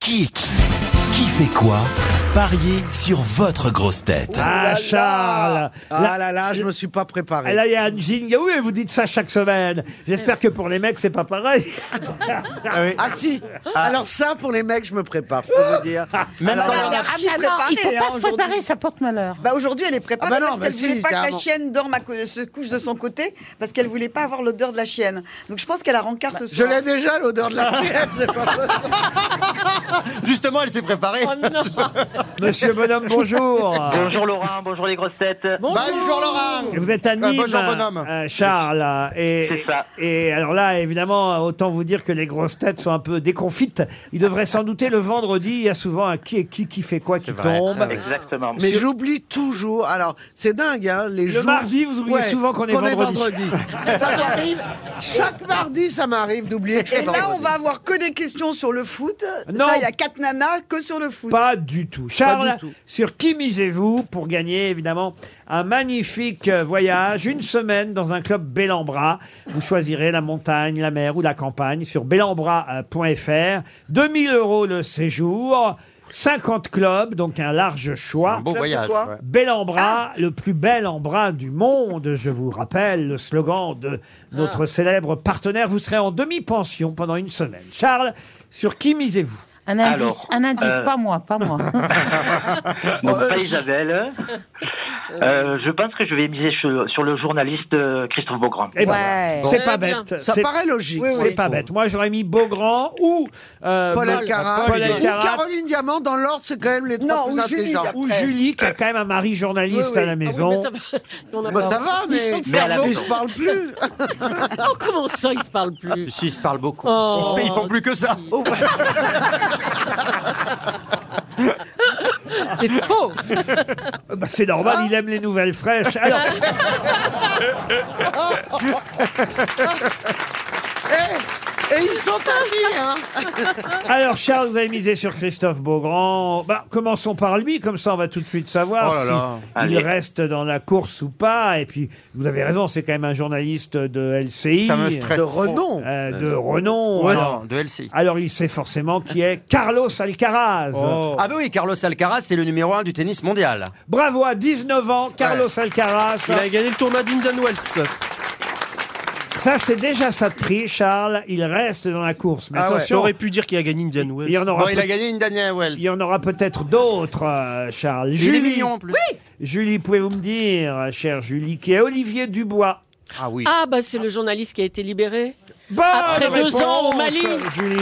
Qui est qui Qui fait quoi Pariez sur votre grosse tête. Ah, Charles Ah là là, je me suis pas préparé. Là, il y a Anne Gignac. Oui, vous dites ça chaque semaine. J'espère que pour les mecs, c'est pas pareil. Ah si Alors ça, pour les mecs, je me prépare, je peux vous dire. Ah, Même Ah il faut pas se préparer, ça porte malheur. hein, Bah aujourd'hui, elle est préparée Ah bah non, parce qu'elle bah si, voulait pas que carrément. la chienne dorme à cou- se couche de son côté parce qu'elle voulait pas avoir l'odeur de la chienne. Donc je pense qu'elle a rencard ce Je soir. l'ai déjà, l'odeur de la fièvre. j'ai pas besoin. Justement, elle s'est préparée. Monsieur Bonhomme, bonjour. Bonjour Laurent, bonjour les grosses têtes. Ah, Bonjour Laurent. Vous êtes à Euh, Nîmes, bonjour, bonhomme. euh, Charles. euh, Et, C'est ça. et alors là, évidemment, autant vous dire que les grosses têtes sont un peu déconfites. Ils devraient s'en douter. Le vendredi, il y a souvent un qui est qui, qui fait quoi, qui tombe. Exactement. Mais j'oublie toujours. Alors, c'est dingue, hein, les jours. mardi, vous oubliez souvent qu'on est vendredi. vendredi. ça m'arrive. Chaque mardi, ça m'arrive d'oublier que Et c'est là, on vendredi. va avoir que des questions sur le foot. Non. Ça, il y a quatre nanas que sur le foot. Pas du tout. Charles, Pas du tout. sur qui misez-vous pour gagner évidemment un magnifique euh, voyage, une semaine dans un club Bellambra Vous choisirez la montagne, la mer ou la campagne sur bellambra.fr. 2000 euros le séjour, 50 clubs, donc un large C'est choix. un beau Club de voyage. quoi ouais. Bel embras, le plus bel embras du monde, je vous rappelle le slogan de notre célèbre partenaire. Vous serez en demi-pension pendant une semaine. Charles, sur qui misez-vous Un indice, Alors, un indice, euh, pas moi, pas moi. Donc, pas Isabelle. Euh, je pense que je vais miser sur, sur le journaliste euh, Christophe Beaugrand. Eh ben, Ouais. C'est pas Eh bien. bête. Ça C'est- paraît logique. Oui, C'est ça. pas bête. Moi, j'aurais mis Beaugrand ou euh, Paul Mo- Alcarat. Paul Ou Alcarat Caroline Diamant, dans l'ordre, c'est quand même les trois Non, plus ou Julie, intelligents. après. ou Julie, qui a quand même un mari journaliste Oui, oui. à la Ah oui, maison. mais ça va. On a Bah, pas- ça va, Ils mais, sont de Mais à la cerveau. ils se parlent plus. Oh, comment ça, ils se parlent plus Si, ils se parlent beaucoup. Oh. Ils se payent, ils font plus que ça. C'est faux Euh, bah, c'est normal, il aime les nouvelles fraîches. Alors, Eh, Et ils sont amis, hein. alors, Charles, vous avez misé sur Christophe Beaugrand. Bah, commençons par lui, comme ça on va tout de suite savoir Oh là là. s'il Allez. reste dans la course ou pas. Et puis, vous avez raison, c'est quand même un journaliste de LCI, Ça me stresse. De renom. euh, de renom. Ouais, alors, non, Oh, de LCI. alors, il sait forcément qui est Carlos Alcaraz. Ah bah oui, Carlos Alcaraz, c'est le numéro 1 du tennis mondial. Bravo à 19 ans, Carlos Alcaraz. gagné le tournoi d'Indian Wells. Ça, c'est déjà sa prix, Charles. Il reste dans la course. Mais Ah ouais. attention, pu dire qu'il a gagné Indian il y en aura, Bon, il a peut- gagné Indian Wells. il y en aura peut-être d'autres, euh, Charles. Il est mignon en plus. Julie, pouvez-vous me dire, chère Julie, qui est Olivier Dubois Ah oui. Ah, bah, c'est le journaliste qui a été libéré. Bonne Après deux réponse, ans au Mali. Julie.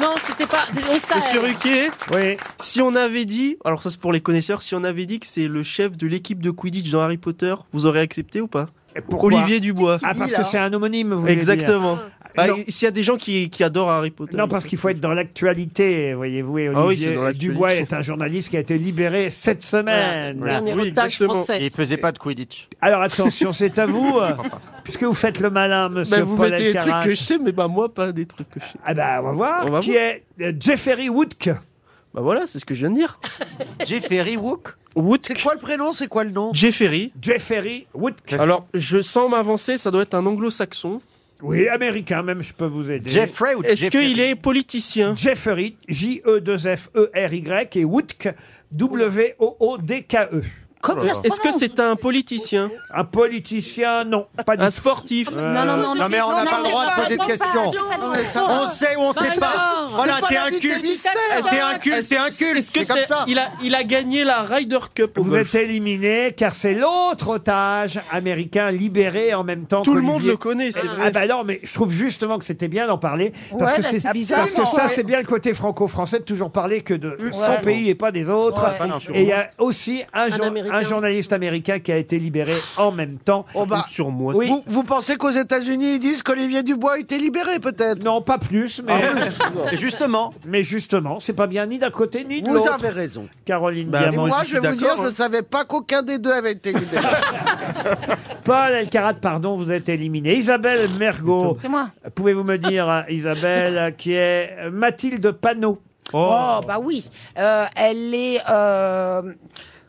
Non, c'était pas... Au Sahel. Monsieur Ruquier, Oui. si on avait dit, alors ça c'est pour les connaisseurs, si on avait dit que c'est le chef de l'équipe de Quidditch dans Harry Potter, vous aurez accepté ou pas Et pourquoi Olivier Dubois. Ah, parce que c'est un homonyme, vous voulez dire. Exactement. Ah, Non. il- S'il y a des gens qui, qui adorent Harry Potter. Non, parce qu'il faut être dans l'actualité, voyez-vous. Et Ah oui, Olivier c'est dans l'actualité. Dubois est un journaliste qui a été libéré cette semaine. Dernier Oui, otage exactement. français. Et il faisait pas de Quidditch. Alors attention, c'est à vous, euh, puisque vous faites le malin, monsieur Bah, vous Paul mettez des trucs Alcaraz. que je sais, mais bah moi pas des trucs que je sais. Ah bah, on va voir. On va qui voir. est euh, Jeffery Woodke Bah voilà, c'est ce que je viens de dire. Jeffery Wook. Wood, C'est quoi le prénom, c'est quoi le nom Jeffery. Jeffery Woodke. Alors, je sens m'avancer, ça doit être un anglo-saxon. Oui, américain même, je peux vous aider. Jeffrey ou Est-ce Jeffery qu'il est politicien Jeffery, E J-E-2-F-E-R-Y, et Woodke, W-O-O-D-K-E. Comme ça se Est-ce que prononce. c'est un politicien E. Un politicien, non, pas du Un tout. sportif Euh, Non, non, non, Non Ah, mais on n'a non, pas le c'est droit de pas- poser de non, pas- questions. non, pas de- On sait ou on sait Bah pas. non. Voilà, C'est pas t'es la un vie cul. des mystères. T'es un cul, t'es un cul. Est-ce que C'est comme c'est ça. il a il a gagné la Ryder Cup au Vous golf. êtes éliminé car c'est l'autre otage américain libéré en même temps Tout le qu'Olivier. monde le connaît, c'est Ah vrai. bah non, mais je trouve justement que c'était bien d'en parler parce Ouais, que bah, c'est c'est bizarre. parce que ça Ouais. c'est bien le côté franco-français de toujours parler que de son pays et pas des autres. Ouais. Et il y a aussi un, jour- Américain. un journaliste américain qui a été libéré en même temps. Oh bah, sur moi. Oui. vous, vous pensez qu'aux États-Unis, ils disent qu'Olivier Dubois était libéré, peut-être Non, pas plus, Ah. mais, Et Justement, mais justement, c'est pas bien ni d'un côté ni de Vous l'autre. avez raison. Caroline Bah, Et Diamant. moi, je je suis vais vous dire, d'accord, je hein. savais pas qu'aucun des deux avait été libéré. Paul Elkarat, pardon, vous êtes éliminé. Isabelle Mergot, C'est moi. pouvez-vous me dire, hein, Isabelle, qui est Mathilde Panot Oh, bah oui. Euh, elle est. euh,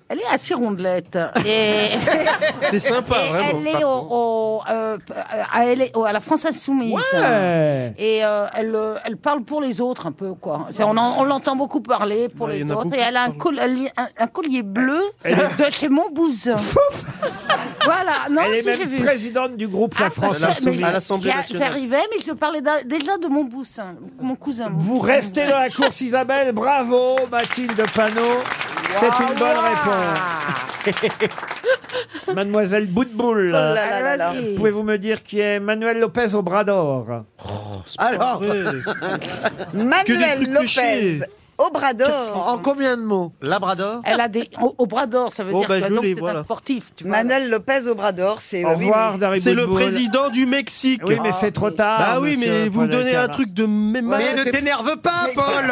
Elle est assez rondelette. Et... C'est sympa, Et vraiment. Elle est au, au, euh, à, elle est- au- à la France Insoumise. Ouais. Et euh, elle, euh, elle parle pour les autres un peu, quoi. C'est- On, en- on l'entend beaucoup parler pour Ouais, il y les en a autres. beaucoup Et elle a un, qui col- elle- un, un collier bleu de chez Montbouze. voilà, non, Elle est Ah, si, j'ai même vu. présidente du groupe La Ah, France parce que- mais Insoumise. À l'Assemblée j'y a- nationale. J'arrivais, mais je parlais d'a- déjà de mon boussin, mon cousin. Vous restez dans la course, Isabelle. Bravo, Mathilde Panot. C'est une bonne Ah. réponse. Mademoiselle Boutboul. Oh là là là là. Allez, vas-y. Pouvez-vous me dire qui est Manuel Lopez Obrador Alors, Manuel trucs clichés. Lopez, Obrador. en combien de mots Labrador. Elle a des au, au bras d'or, ça veut Oh, dire bah, que je donc l'ai, c'est voilà. un sportif. Tu vois. Manuel Lopez Obrador, c'est. Au oui, oui. revoir, Dari Eh C'est le Boutboul. président du Mexique. Oui, mais c'est trop tard. bah oui, monsieur mais vous me Paul donnez un Alcarat. truc de même. Mais ne t'énerve pas, Paul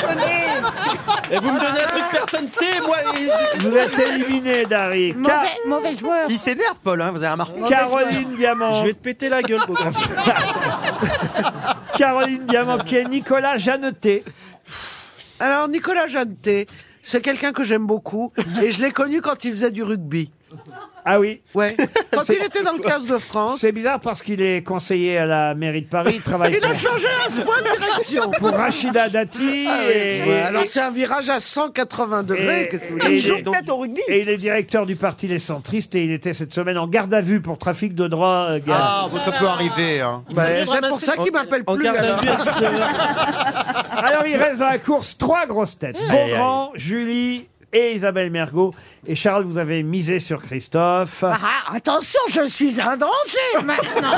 Tenez, Et vous me donnez un truc personne sait, moi. et- Vous êtes éliminé, Dari. Ca- Mauvais, mauvais joueur. Il s'énerve, Paul, hein, vous avez remarqué. Caroline Diamant. Je vais te péter la gueule, mon gars. Caroline Diamant qui est Nicolas Jeanneté. Alors, Nicolas Jeanneté, c'est quelqu'un que j'aime beaucoup et je l'ai connu quand il faisait du rugby. Ah oui. Ouais. Quand il était dans le 15 de Hein France, C'est bizarre parce qu'il est conseiller à la mairie de Paris. Il travaille il pour, a changé à ce point de direction. pour Rachida Dati. et, Ouais, alors, c'est un virage à 180 Et- degrés. qu'est-ce que vous et- voulez il et- joue donc- peut-être au rugby. et il est directeur du parti Les Centristes et il était cette semaine en garde à vue pour trafic de drogue. Ah, bon, ça peut arriver. Hein. Bah, faudrait C'est pour ramasser- ça qu'il m'appelle En plus. garde à alors. vue à 19h. Alors, il reste dans la course trois grosses têtes. Beaugrand, Julie et Isabelle Mergot. Et Charles, vous avez misé sur Christophe. Ah, attention, je suis un Oh. danger maintenant.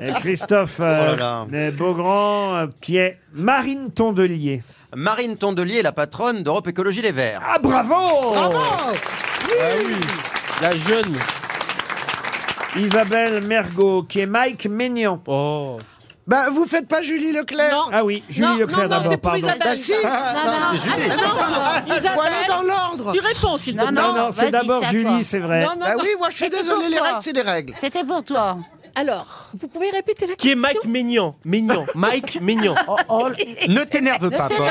Et Christophe Oh là là. euh, Beaugrand, euh, qui est Marine Tondelier. Marine Tondelier, la patronne d'Europe Écologie Les Verts. Ah, bravo, La jeune. Isabelle Mergot, qui est Mike Ménian. Oh. Bah, vous faites pas Julie Leclerc Non. Ah oui, Julie non, Leclerc non, non, d'abord, c'est pour pardon. Isabelle. Bah, si. non, non, Allez, non, Faut aller dans Isabelle, l'ordre. tu réponds, s'il te Non, plaît. Non, non, c'est vas-y, d'abord c'est à Julie, toi. c'est vrai. non, Bah oui, moi je suis Mais désolé, les pourquoi règles, c'est les règles. C'était pour toi. Alors, vous pouvez répéter la Qui est Mike Maignan. Maignan. Mike Maignan. Oh, oh, Ne t'énerve pas, Paul.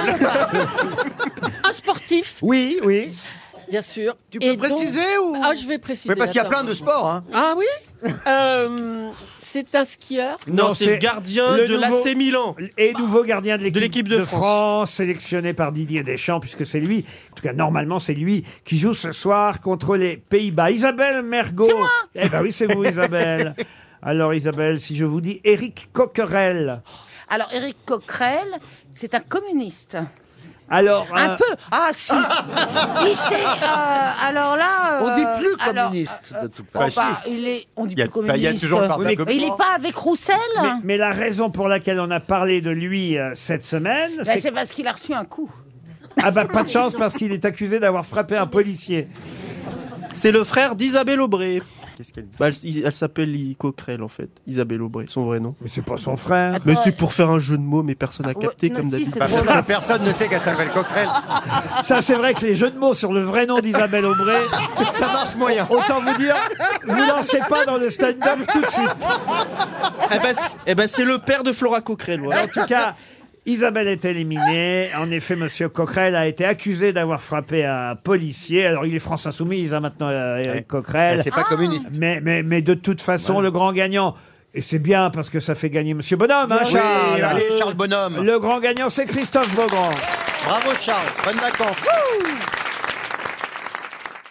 Un sportif, Oui, oui. bien sûr. Tu peux préciser ou Ah, je vais préciser. Mais parce qu'il y a attends. plein de sports. Hein. Ah oui Euh, C'est un skieur. Non, c'est le gardien le de nouveau- l'AC Milan. Et nouveau gardien Bah, de l'équipe l'équipe de France. France. sélectionné par Didier Deschamps, puisque c'est lui, en tout cas normalement c'est lui, qui joue ce soir contre les Pays-Bas. Isabelle Mergot. C'est moi Eh ben oui, c'est vous Isabelle. Alors Isabelle, si je vous dis Éric Coquerel. Alors, Eric Coquerel, c'est un communiste. Alors, Un euh, peu. Ah, si. Il sait. euh, alors là. On euh, dit plus alors, communiste, de toute oh, Bah, façon. si. bah, il est. On dit Il y a- plus communiste. il y a toujours le parti Oui, mais- Mais il n'est pas avec Roussel. mais, mais la raison pour laquelle on a parlé de lui euh, cette semaine, Bah, c'est c'est parce qu'il a reçu un coup. ah bah pas de chance parce qu'il est accusé d'avoir frappé un policier. C'est le frère d'Isabelle Aubray. Bah, elle il- elle s'appelle I- Coquerel en fait, Isabelle Aubray, son vrai nom. Mais c'est pas son frère. Mais Ah Ouais. Ah c'est pour faire un jeu de mots, mais personne n'a Ouais, capté non, comme si, d'habitude. c'est Bah, drôle. parce que personne ne sait qu'elle s'appelle Coquerel. Ça c'est vrai que les jeux de mots sur le vrai nom d'Isabelle Aubray. Ça marche moyen. Autant vous dire, vous lancez pas dans le stand-up tout de suite. Eh ben, c'est- eh ben, c'est le père de Flora Ah Coquerel. voilà. En tout cas, Isabelle est éliminée. En effet, Monsieur Coquerel a été accusé d'avoir frappé un policier. Alors, il est France Insoumise hein, maintenant, euh, Éric Ouais. Bah, Coquerel. C'est pas communiste. Mais, mais, mais de toute façon, le grand gagnant, et c'est bien parce que ça fait gagner Monsieur Bonhomme, hein, Charles. Bah Oui, allez, Charles Bonhomme. Le grand gagnant, c'est Christophe Beaugrand. Bravo, Charles. Bonnes vacances.